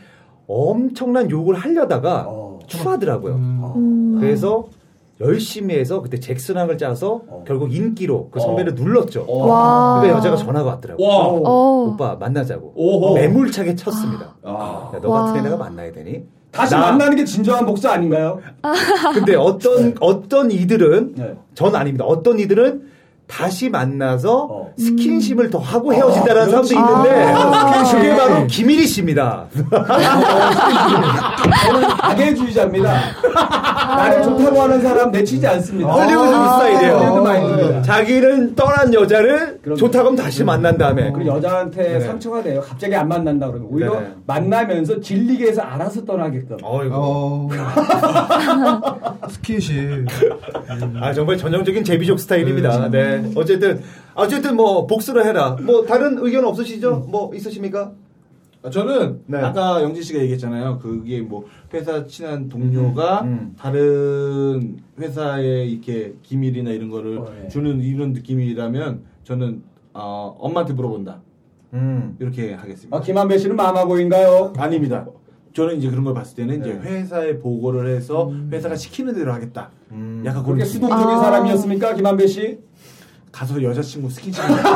Speaker 3: 엄청난 욕을 하려다가
Speaker 6: 어.
Speaker 3: 추하더라고요.
Speaker 7: 음.
Speaker 3: 그래서 열심히 해서 그때 잭슨학을 짜서
Speaker 6: 어.
Speaker 3: 결국 인기로 그 선배를 눌렀죠.
Speaker 7: 와.
Speaker 3: 그 여자가 전화가 왔더라고요.
Speaker 9: 와.
Speaker 7: 아. 어.
Speaker 3: 오빠 만나자고.
Speaker 9: 오호.
Speaker 3: 매물차게 쳤습니다.
Speaker 9: 아.
Speaker 3: 야, 너 같은
Speaker 7: 와.
Speaker 3: 애가 만나야 되니?
Speaker 6: 다시
Speaker 3: 나-
Speaker 6: 만나는 게 진정한 복수 아닌가요?
Speaker 3: 근데 어떤 어떤 이들은
Speaker 6: 네.
Speaker 3: 전 아닙니다. 어떤 이들은 다시 만나서
Speaker 6: 어.
Speaker 3: 스킨십을 더 하고 헤어진다는 사람도 있는데
Speaker 7: 아.
Speaker 6: 네.
Speaker 3: 그게 바로 김일희 씨입니다.
Speaker 6: 저는 악의주의자입니다. 나를 좋다고 하는 사람 내치지 않습니다.
Speaker 3: 헐리우드
Speaker 6: 아. 헐리우드
Speaker 3: 스타일이에요. 네.
Speaker 6: 마인드입니다.
Speaker 3: 자기는 떠난 여자를
Speaker 6: 네. 그럼요.
Speaker 3: 좋다고 하면 다시 만난 다음에
Speaker 6: 그리고 여자한테
Speaker 3: 네. 네네.
Speaker 6: 상처가 돼요. 갑자기 안 만난다 그러면 오히려
Speaker 3: 네네.
Speaker 6: 만나면서 질리게 해서 알아서 떠나게끔.
Speaker 3: 어이구.
Speaker 8: 어. 스킨십.
Speaker 3: 아 정말 전형적인 제비족
Speaker 10: 음.
Speaker 3: 스타일입니다. 네. 어쨌든 어쨌든 뭐 복수를 해라. 뭐 다른 의견 없으시죠? 뭐 있으십니까?
Speaker 10: 음. 아, 저는
Speaker 3: 네.
Speaker 10: 아까 영진 씨가 얘기했잖아요. 그게 뭐 회사 친한 동료가
Speaker 3: 음, 음.
Speaker 10: 다른 그 회사에 이렇게 기밀이나 이런 거를
Speaker 6: 어, 예.
Speaker 10: 주는 이런 느낌이라면 저는 어, 엄마한테 물어본다.
Speaker 3: 음.
Speaker 10: 이렇게 하겠습니다.
Speaker 6: 아, 김한배 씨는 마마고인가요?
Speaker 10: 아닙니다. 저는 이제 그런 걸 봤을 때는 이제
Speaker 3: 네.
Speaker 10: 회사에 보고를 해서 회사가 시키는 대로 하겠다.
Speaker 3: 음.
Speaker 10: 약간 그런
Speaker 6: 그렇게
Speaker 10: 느낌.
Speaker 6: 수동적인
Speaker 7: 아.
Speaker 6: 사람이었습니까, 김한배 씨?
Speaker 10: 가서 여자친구 스킨십.
Speaker 3: 자,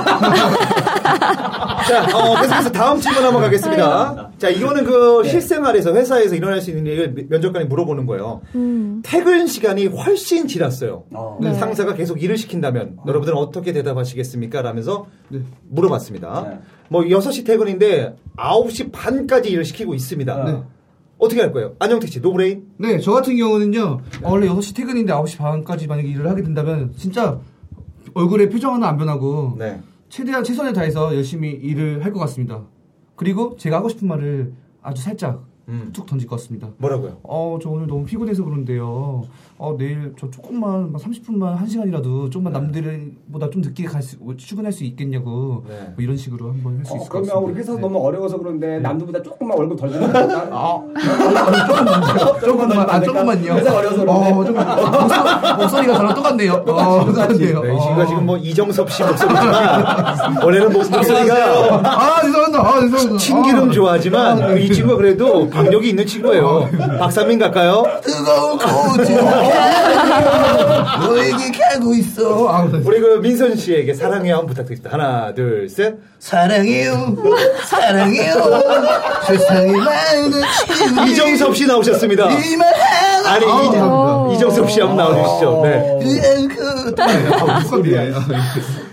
Speaker 3: 어, 계속해서 다음 질문 한번 가겠습니다.
Speaker 10: 네.
Speaker 3: 자, 이거는 그 실생활에서 회사에서 일어날 수 있는 일을 미- 면접관이 물어보는 거예요.
Speaker 7: 음.
Speaker 3: 퇴근 시간이 훨씬 지났어요. 그
Speaker 6: 어.
Speaker 7: 네.
Speaker 3: 상사가 계속 일을 시킨다면 여러분들은 어떻게 대답하시겠습니까? 라면서 물어봤습니다.
Speaker 6: 네.
Speaker 3: 뭐 6시 퇴근인데 9시 반까지 일을 시키고 있습니다.
Speaker 6: 네.
Speaker 3: 어떻게 할 거예요? 안영택 씨, 노브레인?
Speaker 8: 네, 저 같은 경우는요, 어, 원래 6시 퇴근인데 9시 반까지 만약에 일을 하게 된다면, 진짜 얼굴에 표정 하나 안 변하고,
Speaker 3: 네.
Speaker 8: 최대한 최선을 다해서 열심히 일을 할 것 같습니다. 그리고 제가 하고 싶은 말을 아주 살짝
Speaker 6: 음.
Speaker 8: 툭 던질 것 같습니다.
Speaker 3: 뭐라고요?
Speaker 8: 어, 저 오늘 너무 피곤해서 그런데요. 어, 내일 저 조금만, 막 30분만, 1시간이라도
Speaker 6: 네.
Speaker 8: 조금만 남들보다 좀 늦게 갈 수, 출근할 수 있겠냐고, 뭐 이런 식으로 한번 할 수
Speaker 6: 네. 어,
Speaker 8: 있을 것 같습니다. 네.
Speaker 6: 그러면 우리 회사 너무 어려워서 그런데 남들보다 조금만 월급 덜 주는
Speaker 8: 아.
Speaker 6: 거
Speaker 8: 조금만, 아, 조금만요.
Speaker 6: 회사 어려워서 그런데
Speaker 8: 어, 조금, 목소- 목소리가 저랑 똑같네요. 어, 똑같네요.
Speaker 3: 네, 이 친구가 지금 뭐 이정섭 씨 목소리지만 원래는 목소리가
Speaker 8: 아, 죄송합니다. 아, 죄송합니다.
Speaker 3: 신기름 좋아하지만 이 친구가 그래도 박력이 있는 친구예요. 박삼민 갈까요?
Speaker 8: 뜨거운 코치. 너에게 캐고 있어. 아,
Speaker 3: 우리 그 민선 씨에게 사랑해요 한번 부탁드립니다. 하나, 둘, 셋.
Speaker 8: 사랑해요. 사랑해요. 세상에 많은 친구들이
Speaker 3: 이정섭 씨 나오셨습니다.
Speaker 8: 이만 하나.
Speaker 3: 아니
Speaker 7: 어.
Speaker 3: 이, 이정섭 씨 한번
Speaker 6: 어.
Speaker 3: 나와주시죠. 네.
Speaker 6: 네.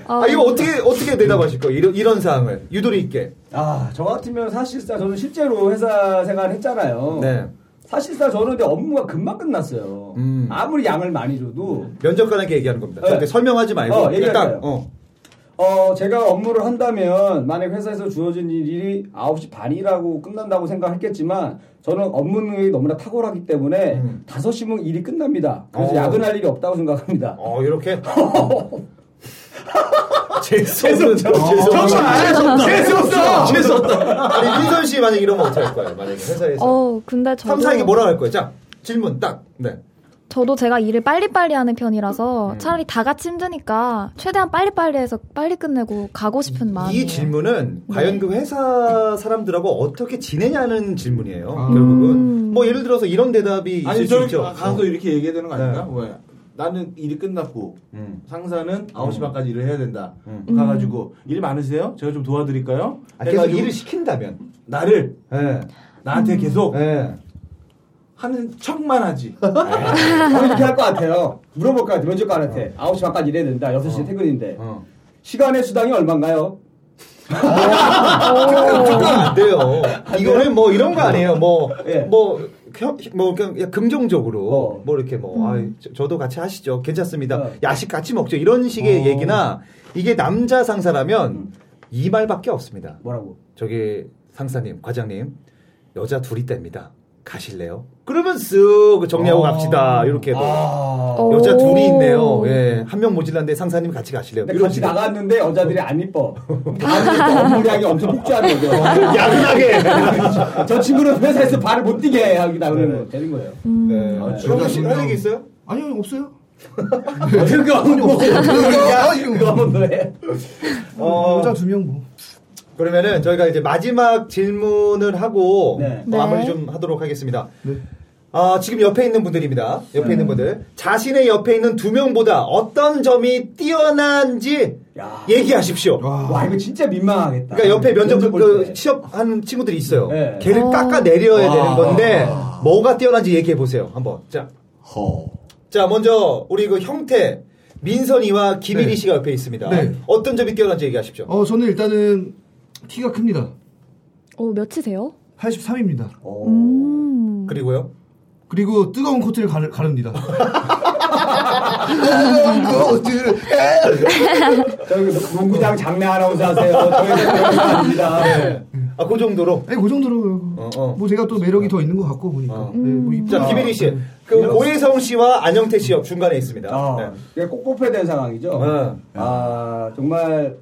Speaker 7: 어.
Speaker 3: 아 이거 어떻게 어떻게 대답하실 거예요? 이런 이런 사항을 유도리 있게.
Speaker 6: 아, 저 같으면 사실상 저는 실제로 회사 생활 했잖아요.
Speaker 3: 네.
Speaker 6: 사실상 저는 근데 업무가 금방 끝났어요.
Speaker 3: 음.
Speaker 6: 아무리 양을 많이
Speaker 8: 네.
Speaker 6: 줘도
Speaker 3: 면접관에게 얘기하는 겁니다. 저한테
Speaker 6: 네.
Speaker 3: 설명하지 말고
Speaker 6: 어,
Speaker 3: 그냥
Speaker 6: 얘기할까요?
Speaker 3: 딱, 어.
Speaker 6: 어, 제가 업무를 한다면 만약 회사에서 주어진 일이 9시 반이라고 끝난다고 생각했겠지만 저는 업무 능력이 너무나 탁월하기 때문에
Speaker 8: 음.
Speaker 6: 5시면 일이 끝납니다. 그래서
Speaker 3: 어.
Speaker 6: 야근할 일이 없다고 생각합니다.
Speaker 3: 어 이렇게. 재수없는
Speaker 6: 정신
Speaker 3: 재수없다. 재수없다. 재수없다. 아니 민선 씨 만약 이러면 어떻게 할 거예요? 만약에 회사에서
Speaker 7: 어, 근데 저도
Speaker 3: 삼사에게 뭐라 할 거예요? 자 질문 딱. 네.
Speaker 7: 저도 제가 일을 빨리빨리 하는 편이라서
Speaker 3: 음.
Speaker 7: 차라리 다 같이 힘드니까 최대한 빨리빨리 해서 빨리 끝내고 가고 싶은 네. 마음.
Speaker 3: 이 질문은 과연 그 회사 사람들하고 어떻게 지내냐는 질문이에요.
Speaker 8: 아.
Speaker 3: 결국은
Speaker 7: 음.
Speaker 3: 뭐 예를 들어서 이런 대답이 있을
Speaker 10: 아니
Speaker 3: 수
Speaker 10: 저는
Speaker 3: 있죠.
Speaker 10: 가서 이렇게 얘기해야 되는 거 아닌가?
Speaker 3: 네.
Speaker 10: 왜? 나는 일이 끝났고
Speaker 3: 음.
Speaker 10: 상사는 9시 반까지 일을 해야 된다.
Speaker 3: 음.
Speaker 10: 가가지고 일 많으세요? 제가 좀 도와드릴까요?
Speaker 3: 아, 계속
Speaker 10: 해가지고
Speaker 3: 일을 시킨다면.
Speaker 10: 나를
Speaker 3: 예.
Speaker 10: 나한테 계속
Speaker 3: 예.
Speaker 10: 하는 척만 하지.
Speaker 3: 네.
Speaker 6: 저는 이렇게 할 것 같아요. 물어볼 것 같아요. 면접관한테. 9시 반까지 일해야 된다. 6시 퇴근인데.
Speaker 3: 어.
Speaker 6: 시간의 수당이 얼마인가요?
Speaker 3: 아,
Speaker 6: 어.
Speaker 3: 안 돼요. 이거는 뭐 이런 거 아니에요. 뭐,
Speaker 6: 예.
Speaker 3: 뭐, 혀- 뭐, 그냥 긍정적으로,
Speaker 6: 어.
Speaker 3: 뭐 이렇게 뭐, 아이, 저, 도 같이 하시죠. 괜찮습니다.
Speaker 6: 어.
Speaker 3: 야식 같이 먹죠. 이런 식의
Speaker 6: 어. 음.
Speaker 3: 얘기나, 이게 남자 상사라면 이 말밖에 없습니다.
Speaker 6: 뭐라고?
Speaker 3: 저기 상사님, 과장님, 여자 둘이 됩니다. 가실래요? 그러면 쓱
Speaker 6: 어.
Speaker 3: 정리하고 갑시다. 이렇게 해도.
Speaker 6: 아.
Speaker 7: 어.
Speaker 3: 여자 둘이 있네요.
Speaker 7: 오.
Speaker 3: 예. 한 명 모질란데 상사님 같이 가실래요?
Speaker 6: 근데 같이 나갔는데 여자들이 안 이뻐. 다음부터 업무량이 엄청 폭주하는 거죠.
Speaker 3: 야근하게.
Speaker 6: 저 친구는 회사에서 발을 못 뛰게 하기다 그러면 되는 거예요.
Speaker 3: 네.
Speaker 8: 아,
Speaker 3: 그런
Speaker 8: 저도
Speaker 3: 거
Speaker 8: 신경-
Speaker 3: 얘기 있어요?
Speaker 8: 아니요, 없어요.
Speaker 6: 그거 뭐, 그거 한번 더 해.
Speaker 3: 어,
Speaker 8: 여자 두 명 뭐.
Speaker 3: 그러면은 저희가 이제 마지막 질문을 하고
Speaker 6: 네.
Speaker 3: 뭐 마무리
Speaker 7: 네.
Speaker 3: 좀 하도록 하겠습니다.
Speaker 8: 네.
Speaker 3: 아, 지금 옆에 있는 분들입니다. 옆에 있는 분들. 자신의 옆에 있는 두 명보다 어떤 점이 뛰어난지
Speaker 6: 야.
Speaker 3: 얘기하십시오.
Speaker 8: 아.
Speaker 6: 와 이거 진짜
Speaker 3: 예.
Speaker 6: 민망하겠다.
Speaker 3: 그러니까 옆에 면접
Speaker 6: 아, 면접
Speaker 3: 그
Speaker 6: 볼 때.
Speaker 3: 취업 하는 친구들이 있어요.
Speaker 6: 네.
Speaker 3: 걔를
Speaker 7: 어.
Speaker 3: 깎아 내려야
Speaker 6: 와.
Speaker 3: 되는 건데 뭐가 뛰어난지 얘기해 보세요. 한번 자. 자 먼저 우리 그 형태 민선이와 김일희
Speaker 8: 네.
Speaker 3: 씨가 옆에 있습니다.
Speaker 8: 네.
Speaker 3: 어떤 점이 뛰어난지 얘기하십시오.
Speaker 8: 어, 저는 일단은 키가 큽니다.
Speaker 7: 어, 몇이세요?
Speaker 8: 83입니다.
Speaker 6: 오.
Speaker 7: 음.
Speaker 3: 그리고요.
Speaker 8: 그리고 뜨거운 코트를 가르, 가릅니다.
Speaker 3: 어.
Speaker 6: 저기 그 농구장 장례 아나운서 하세요. 저희는 그런 거 아닙니다.
Speaker 3: 아 그 정도로.
Speaker 8: 아니, 그 정도로.
Speaker 3: 어, 어.
Speaker 8: 뭐 제가 또 매력이 더 있는 것 같고, 보니까.
Speaker 3: 어.
Speaker 8: 네,
Speaker 9: 음.
Speaker 8: 뭐
Speaker 3: 자
Speaker 6: 아,
Speaker 8: 이쁘다.
Speaker 3: 김일희 씨. 그 고혜성 씨와 안영태 씨 옆 중간에 있습니다.
Speaker 6: 아,
Speaker 3: 네.
Speaker 6: 이게 꼭 뽑혀야 되는 상황이죠.
Speaker 3: 네.
Speaker 6: 아, 정말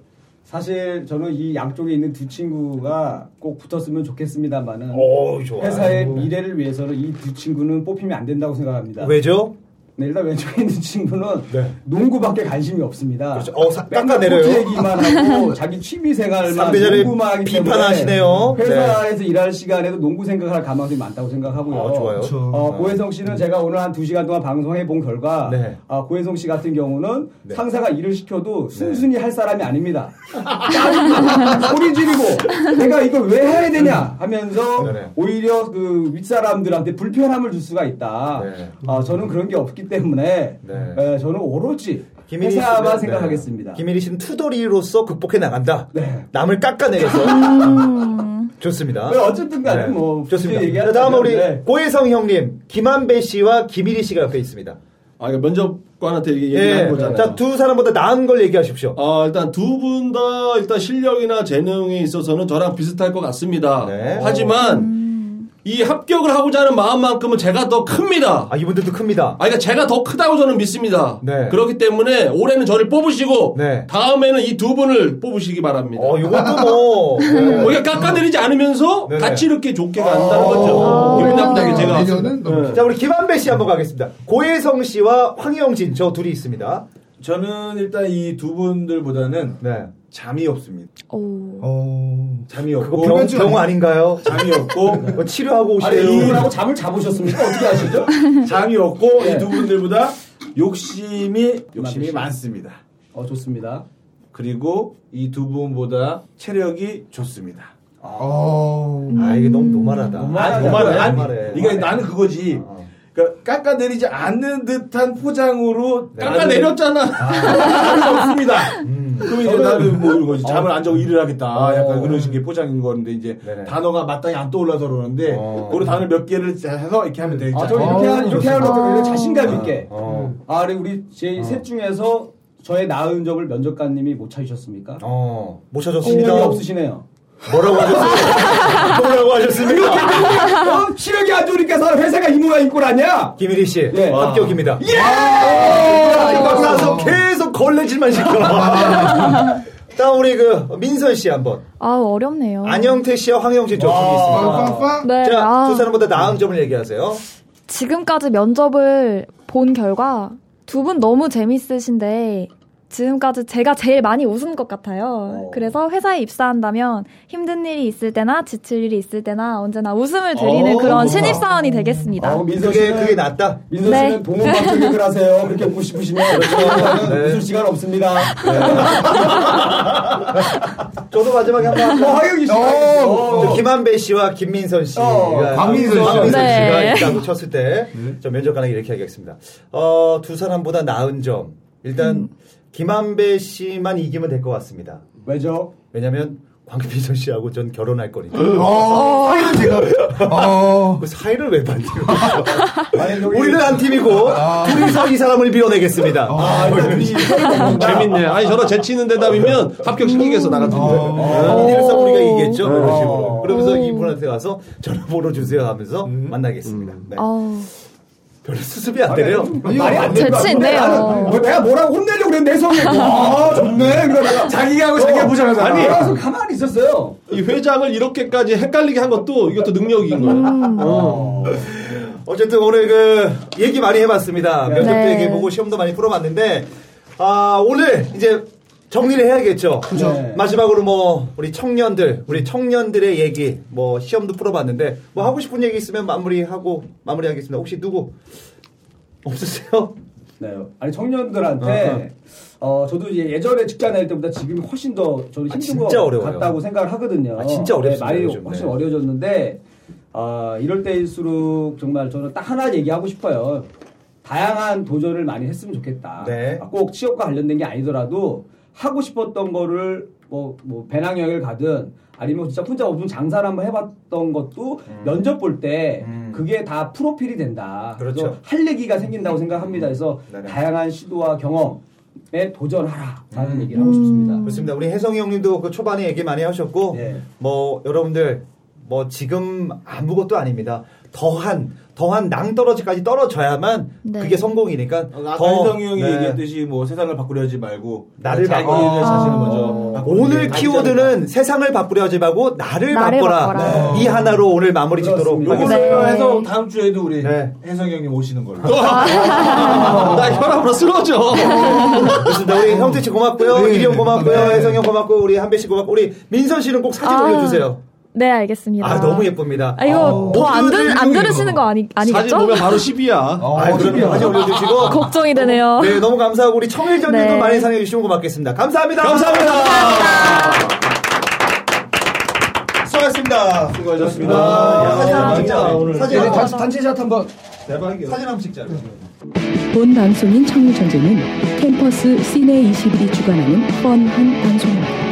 Speaker 6: 사실 저는 이 양쪽에 있는 두 친구가 꼭 붙었으면 좋겠습니다만은
Speaker 3: 오 좋아.
Speaker 6: 회사의 미래를 위해서는 이 두 친구는 뽑히면 안 된다고 생각합니다.
Speaker 3: 왜죠?
Speaker 6: 네, 일단 왼쪽에 있는 친구는
Speaker 3: 네.
Speaker 6: 농구밖에 관심이 없습니다.
Speaker 3: 그렇죠. 어, 사-
Speaker 6: 맨날
Speaker 3: 깎아내려요. 네.
Speaker 6: 스포츠 얘기만 하고 자기 취미 생활만
Speaker 3: 삼배자를
Speaker 6: 농구만 하기 때문에
Speaker 3: 비판하시네요.
Speaker 6: 회사에서 일할 시간에도 농구 생각할 가망이 많다고 생각하고요.
Speaker 3: 어, 좋아요.
Speaker 8: 그렇죠.
Speaker 6: 어, 고혜성 씨는 제가 오늘 한 2시간 동안 방송해 본 결과
Speaker 3: 네.
Speaker 6: 아, 고혜성 씨 같은 경우는
Speaker 3: 네.
Speaker 6: 상사가 일을 시켜도 순순히 할 사람이 아닙니다. 짜증나고 소리 지르고 내가 이걸 왜 해야 되냐 하면서
Speaker 3: 네네.
Speaker 6: 오히려 그 윗사람들한테 불편함을 줄 수가 있다.
Speaker 3: 네.
Speaker 6: 아, 저는 그런 게 없기 때문에
Speaker 3: 네.
Speaker 6: 에, 저는 오로지
Speaker 3: 김일희
Speaker 6: 회사만
Speaker 3: 씨는,
Speaker 6: 생각하겠습니다.
Speaker 3: 네. 김일희 씨는 투덜이로서 극복해 나간다.
Speaker 6: 네.
Speaker 3: 남을 깎아내려서
Speaker 7: 음.
Speaker 3: 좋습니다.
Speaker 6: 네, 어쨌든 간에 뭐
Speaker 3: 좋습니다.
Speaker 6: 굳이
Speaker 3: 자,
Speaker 6: 얘기하자면,
Speaker 3: 다음 우리
Speaker 6: 네.
Speaker 3: 고혜성 형님, 김한배 씨와 김일희 씨가 옆에 있습니다.
Speaker 9: 아, 그러니까 면접관한테 얘기- 얘기하는
Speaker 3: 예.
Speaker 9: 거잖아요.
Speaker 3: 자, 두 사람보다 나은 걸 얘기하십시오.
Speaker 6: 어.
Speaker 9: 아, 일단 두 분 다 일단 실력이나 재능에 있어서는 저랑 비슷할 것 같습니다.
Speaker 3: 네.
Speaker 9: 하지만 이 합격을 하고자 하는 마음만큼은 제가 더 큽니다.
Speaker 3: 아, 이분들도 큽니다.
Speaker 9: 아, 그러니까 제가 더 크다고 저는 믿습니다.
Speaker 3: 네.
Speaker 9: 그렇기 때문에 올해는 저를 뽑으시고
Speaker 3: 네.
Speaker 9: 다음에는 이 두 분을 뽑으시기 바랍니다.
Speaker 3: 어, 요것도 뭐. 네.
Speaker 9: 우리가 깎아내리지 않으면서
Speaker 3: 네네.
Speaker 9: 같이 이렇게 좋게 간다는 거죠.
Speaker 10: 어.
Speaker 3: 아.
Speaker 9: 기분
Speaker 11: 어,
Speaker 9: 나쁘다게 네. 제가.
Speaker 10: 네.
Speaker 11: 내년은
Speaker 6: 네.
Speaker 11: 넘-
Speaker 3: 자, 우리 김한배 씨 한번 가겠습니다. 고혜성 씨와 황영진, 저 둘이 있습니다.
Speaker 10: 저는 일단 이 두 분들보다는
Speaker 3: 네.
Speaker 10: 잠이 없습니다.
Speaker 7: 오.
Speaker 11: 어.
Speaker 10: 잠이
Speaker 3: 그거
Speaker 10: 없고
Speaker 3: 병, 병 아닌가요?
Speaker 10: 잠이 없고
Speaker 3: 그거 치료하고
Speaker 6: 아니
Speaker 3: 오시래요.
Speaker 6: 이분하고 잠을 잡으셨습니까? 어떻게 아시죠?
Speaker 10: 잠이 없고
Speaker 6: 네.
Speaker 10: 이 두 분들보다 욕심이 욕심이 많습니다.
Speaker 6: 어 좋습니다.
Speaker 10: 그리고 이 두 분보다 체력이 좋습니다.
Speaker 11: 어.
Speaker 3: 아, 이게 너무 노말하다.
Speaker 10: 아니,
Speaker 3: 노말해.
Speaker 10: 아니,
Speaker 3: 노말해.
Speaker 10: 그러니까 나는
Speaker 3: 네. 어,
Speaker 10: 그거지. 그러니까 깎아내리지 않는 듯한 포장으로
Speaker 3: 네.
Speaker 9: 깎아내렸잖아.
Speaker 10: 잠이 없습니다.
Speaker 3: 음.
Speaker 10: 그럼 이제 나는 뭐 이런 거지. 잠을 안 자고 일을 하겠다.
Speaker 3: 네. 어.
Speaker 10: 약간 그런 식의 포장인 건데 이제
Speaker 3: 네네.
Speaker 10: 단어가 마땅히 안 떠올라서 그러는데
Speaker 3: 어. 음.
Speaker 10: 그런 단어 몇 개를 해서 이렇게 하면 되겠죠. 어.
Speaker 6: 아, 저 이렇게 하, 이렇게 하는 것도 굉장히 자신감 있게.
Speaker 3: 어.
Speaker 6: 아, 그리고 우리 제 셋 중에서 저의 나은 점을 면접관님이 못 찾으셨습니까?
Speaker 3: 어,
Speaker 6: 실력이
Speaker 3: 모셔줬습니다.
Speaker 6: 없으시네요.
Speaker 3: 뭐라고 하셨습니까? 뭐라고 하셨습니까?
Speaker 6: 어? 실력이 안 좋으니까 사람 회사가 이모가 인꼴 아니야?
Speaker 3: 김일희 씨,
Speaker 6: 예.
Speaker 3: 합격입니다.
Speaker 6: 예!
Speaker 3: 아, 이거 나서 계속 걸레질만 시켜. 다음 우리 그 민선 씨 한번.
Speaker 7: 아 어렵네요.
Speaker 3: 안영태 씨와 황영진 저 둘이
Speaker 8: 아,
Speaker 3: 있습니다.
Speaker 11: 빵빵빵.
Speaker 7: 네.
Speaker 3: 자,
Speaker 7: 아,
Speaker 3: 두 사람보다 나은 점을 얘기하세요.
Speaker 7: 지금까지 면접을 본 결과 두 분 너무 재밌으신데 지금까지 제가 제일 많이 웃은 것 같아요.
Speaker 3: 어.
Speaker 7: 그래서 회사에 입사한다면 힘든 일이 있을 때나 지칠 일이 있을 때나 언제나 웃음을 드리는
Speaker 9: 어,
Speaker 7: 그런
Speaker 9: 뭔가.
Speaker 7: 신입사원이 되겠습니다.
Speaker 3: 어.
Speaker 7: 어,
Speaker 6: 아, 민서
Speaker 3: 그게
Speaker 6: 씨는
Speaker 3: 그게 낫다.
Speaker 6: 민서
Speaker 7: 네.
Speaker 6: 씨는 동원방송을 하세요. 그렇게 웃고 싶으시면 저는 웃을 시간 없습니다. 네.
Speaker 3: 저도 마지막에 한번
Speaker 6: 어,
Speaker 3: 할까요?
Speaker 6: 하영이 씨.
Speaker 3: 저
Speaker 6: 어.
Speaker 3: 김한배 씨와 김민선 씨,
Speaker 6: 어,
Speaker 3: 가-
Speaker 11: 박민선 네. 씨.
Speaker 3: 박민선
Speaker 7: 네.
Speaker 3: 씨가 있다고 쳤을 때, 저 면접관에게 이렇게 얘기하겠습니다. 어, 두 사람보다 나은 점. 일단, 김한배 씨만 이기면 될 것 같습니다.
Speaker 6: 왜죠?
Speaker 3: 왜냐면, 광민선 씨하고 전 결혼할 거니까.
Speaker 11: 어. 제가. 어.
Speaker 3: 그 사이를 왜 만들어?
Speaker 6: 아니, 여기-
Speaker 3: 우리는 한 팀이고, 둘이서 이 사람을 밀어내겠습니다.
Speaker 6: 아, 일단 이-
Speaker 9: 재밌네. 아니, 저런 재치있는 대답이면
Speaker 6: 아.
Speaker 9: 합격시키겠어, 나 같은 거.
Speaker 3: 아. 이래서 우리가 이기겠죠? 이런 식으로.
Speaker 6: 어.
Speaker 3: 그러면서 이분한테 가서 전화번호 주세요 하면서
Speaker 6: 음.
Speaker 3: 만나겠습니다. 네.
Speaker 7: 어우,
Speaker 3: 별로 수습이 안 되네요.
Speaker 6: 말이 안 되는 거
Speaker 3: 아,
Speaker 7: 재치
Speaker 6: 같은데?
Speaker 7: 있네요.
Speaker 6: 나는 뭐 내가 뭐라고 혼내려고 그랬는데 내 성에 아 좋네 그러다가 자기가
Speaker 3: 어.
Speaker 6: 하고 자기가 보잖아 어. 아니 그래서 가만히 있었어요
Speaker 9: 이 회장을 이렇게까지 헷갈리게 한 것도 이것도 능력인 거예요. 어.
Speaker 3: 어. 어쨌든 오늘 그 얘기 많이 해봤습니다. 면접도
Speaker 7: 네.
Speaker 3: 얘기해보고 시험도 많이 풀어봤는데, 아, 오늘 이제 정리를 해야겠죠.
Speaker 6: 그죠. 네.
Speaker 3: 마지막으로 뭐, 우리 청년들, 우리 청년들의 얘기, 뭐, 시험도 풀어봤는데, 뭐 하고 싶은 얘기 있으면 마무리하고, 마무리하겠습니다. 혹시 누구? 없으세요?
Speaker 6: 네. 아니
Speaker 3: 아.
Speaker 6: 청년들한테 어 저도 이제 예전에 직장 다닐 때보다 지금이 훨씬 더 저는 힘든
Speaker 3: 아, 진짜
Speaker 6: 것
Speaker 3: 어려워요.
Speaker 6: 같다고 생각을 하거든요.
Speaker 3: 아, 진짜 어렵습니다,
Speaker 6: 많이
Speaker 3: 요즘.
Speaker 6: 훨씬
Speaker 3: 네.
Speaker 6: 어려워졌는데 아 이럴 때일수록 정말 저는 딱 하나 얘기하고 싶어요. 다양한 도전을 많이 했으면 좋겠다.
Speaker 3: 네.
Speaker 6: 아, 꼭 취업과 관련된 게 아니더라도 하고 싶었던 거를 뭐, 뭐 배낭 여행을 가든 아니면 진짜 혼자 무슨 장사를 한번 해봤던 것도 면접 볼 때
Speaker 3: 음.
Speaker 6: 그게 다 프로필이 된다. 그래서
Speaker 3: 그렇죠.
Speaker 6: 할 얘기가 생긴다고 생각합니다. 그래서
Speaker 3: 네네.
Speaker 6: 다양한 시도와 경험에 도전하라라는
Speaker 3: 음.
Speaker 6: 얘기를 하고 싶습니다.
Speaker 3: 그렇습니다. 우리 혜성이 형님도 그 초반에 얘기 많이 하셨고,
Speaker 10: 예.
Speaker 6: 네.
Speaker 3: 뭐 여러분들 뭐 지금 아무것도 아닙니다. 더한 더한 낭떠러지까지 떨어져야만
Speaker 7: 네.
Speaker 3: 그게 성공이니까
Speaker 10: 아까
Speaker 3: 더-
Speaker 10: 한성이 형이
Speaker 3: 네.
Speaker 10: 얘기했듯이 뭐 세상을 바꾸려 하지 말고
Speaker 3: 나를
Speaker 10: 자기
Speaker 3: 바꿔.
Speaker 10: 를 자신을
Speaker 7: 아.
Speaker 10: 먼저 바꾸는 게
Speaker 3: 오늘
Speaker 10: 가장
Speaker 3: 키워드는 세상을 바꾸려 하지 말고 나를,
Speaker 7: 나를
Speaker 3: 바꿔라. 네.
Speaker 7: 바꿔라.
Speaker 10: 어.
Speaker 3: 이 하나로 오늘 마무리 짓도록
Speaker 6: 그렇습니다.
Speaker 10: 요거를
Speaker 3: 하겠습니다.
Speaker 7: 네.
Speaker 10: 해서 다음 주에도 우리
Speaker 3: 네.
Speaker 10: 혜성이 형님 오시는 걸로.
Speaker 9: 나 혈압으로 쓰러져.
Speaker 3: 좋습니다. 우리 형태 씨 고맙고요.
Speaker 11: 네.
Speaker 3: 이리 형 고맙고요.
Speaker 11: 네.
Speaker 3: 혜성이 형 고맙고 우리 한배 씨 고맙고 우리 민선 씨는 꼭 사진
Speaker 7: 아.
Speaker 3: 올려주세요.
Speaker 7: 네 알겠습니다.
Speaker 3: 아 너무 어. 예쁩니다.
Speaker 7: 아, 이거 더 안 들으시는 거 아니,
Speaker 9: 사진
Speaker 7: 아니겠죠?
Speaker 9: 보면 바로 10이야.
Speaker 11: 어.
Speaker 3: 아, 그러면 사진 올려주시고
Speaker 7: 걱정이 되네요.
Speaker 3: 네, 너무 감사하고 우리 청일전님도
Speaker 7: 어. 네.
Speaker 3: 많이 사랑해 주시면 고맙겠습니다. 감사합니다.
Speaker 9: 감사합니다.
Speaker 3: 수고하셨습니다.
Speaker 9: 수고하셨습니다.
Speaker 3: 아, 사진
Speaker 9: 야,
Speaker 3: 한번 찍자.
Speaker 9: 오늘.
Speaker 3: 사진
Speaker 11: 네,
Speaker 3: 한번
Speaker 11: 단체, 단체샷 한번.
Speaker 3: 사진 한번 찍자.
Speaker 12: 본 방송인 청류전쟁은 캠퍼스 시내 21이 주관하는 뻔한 방송입니다.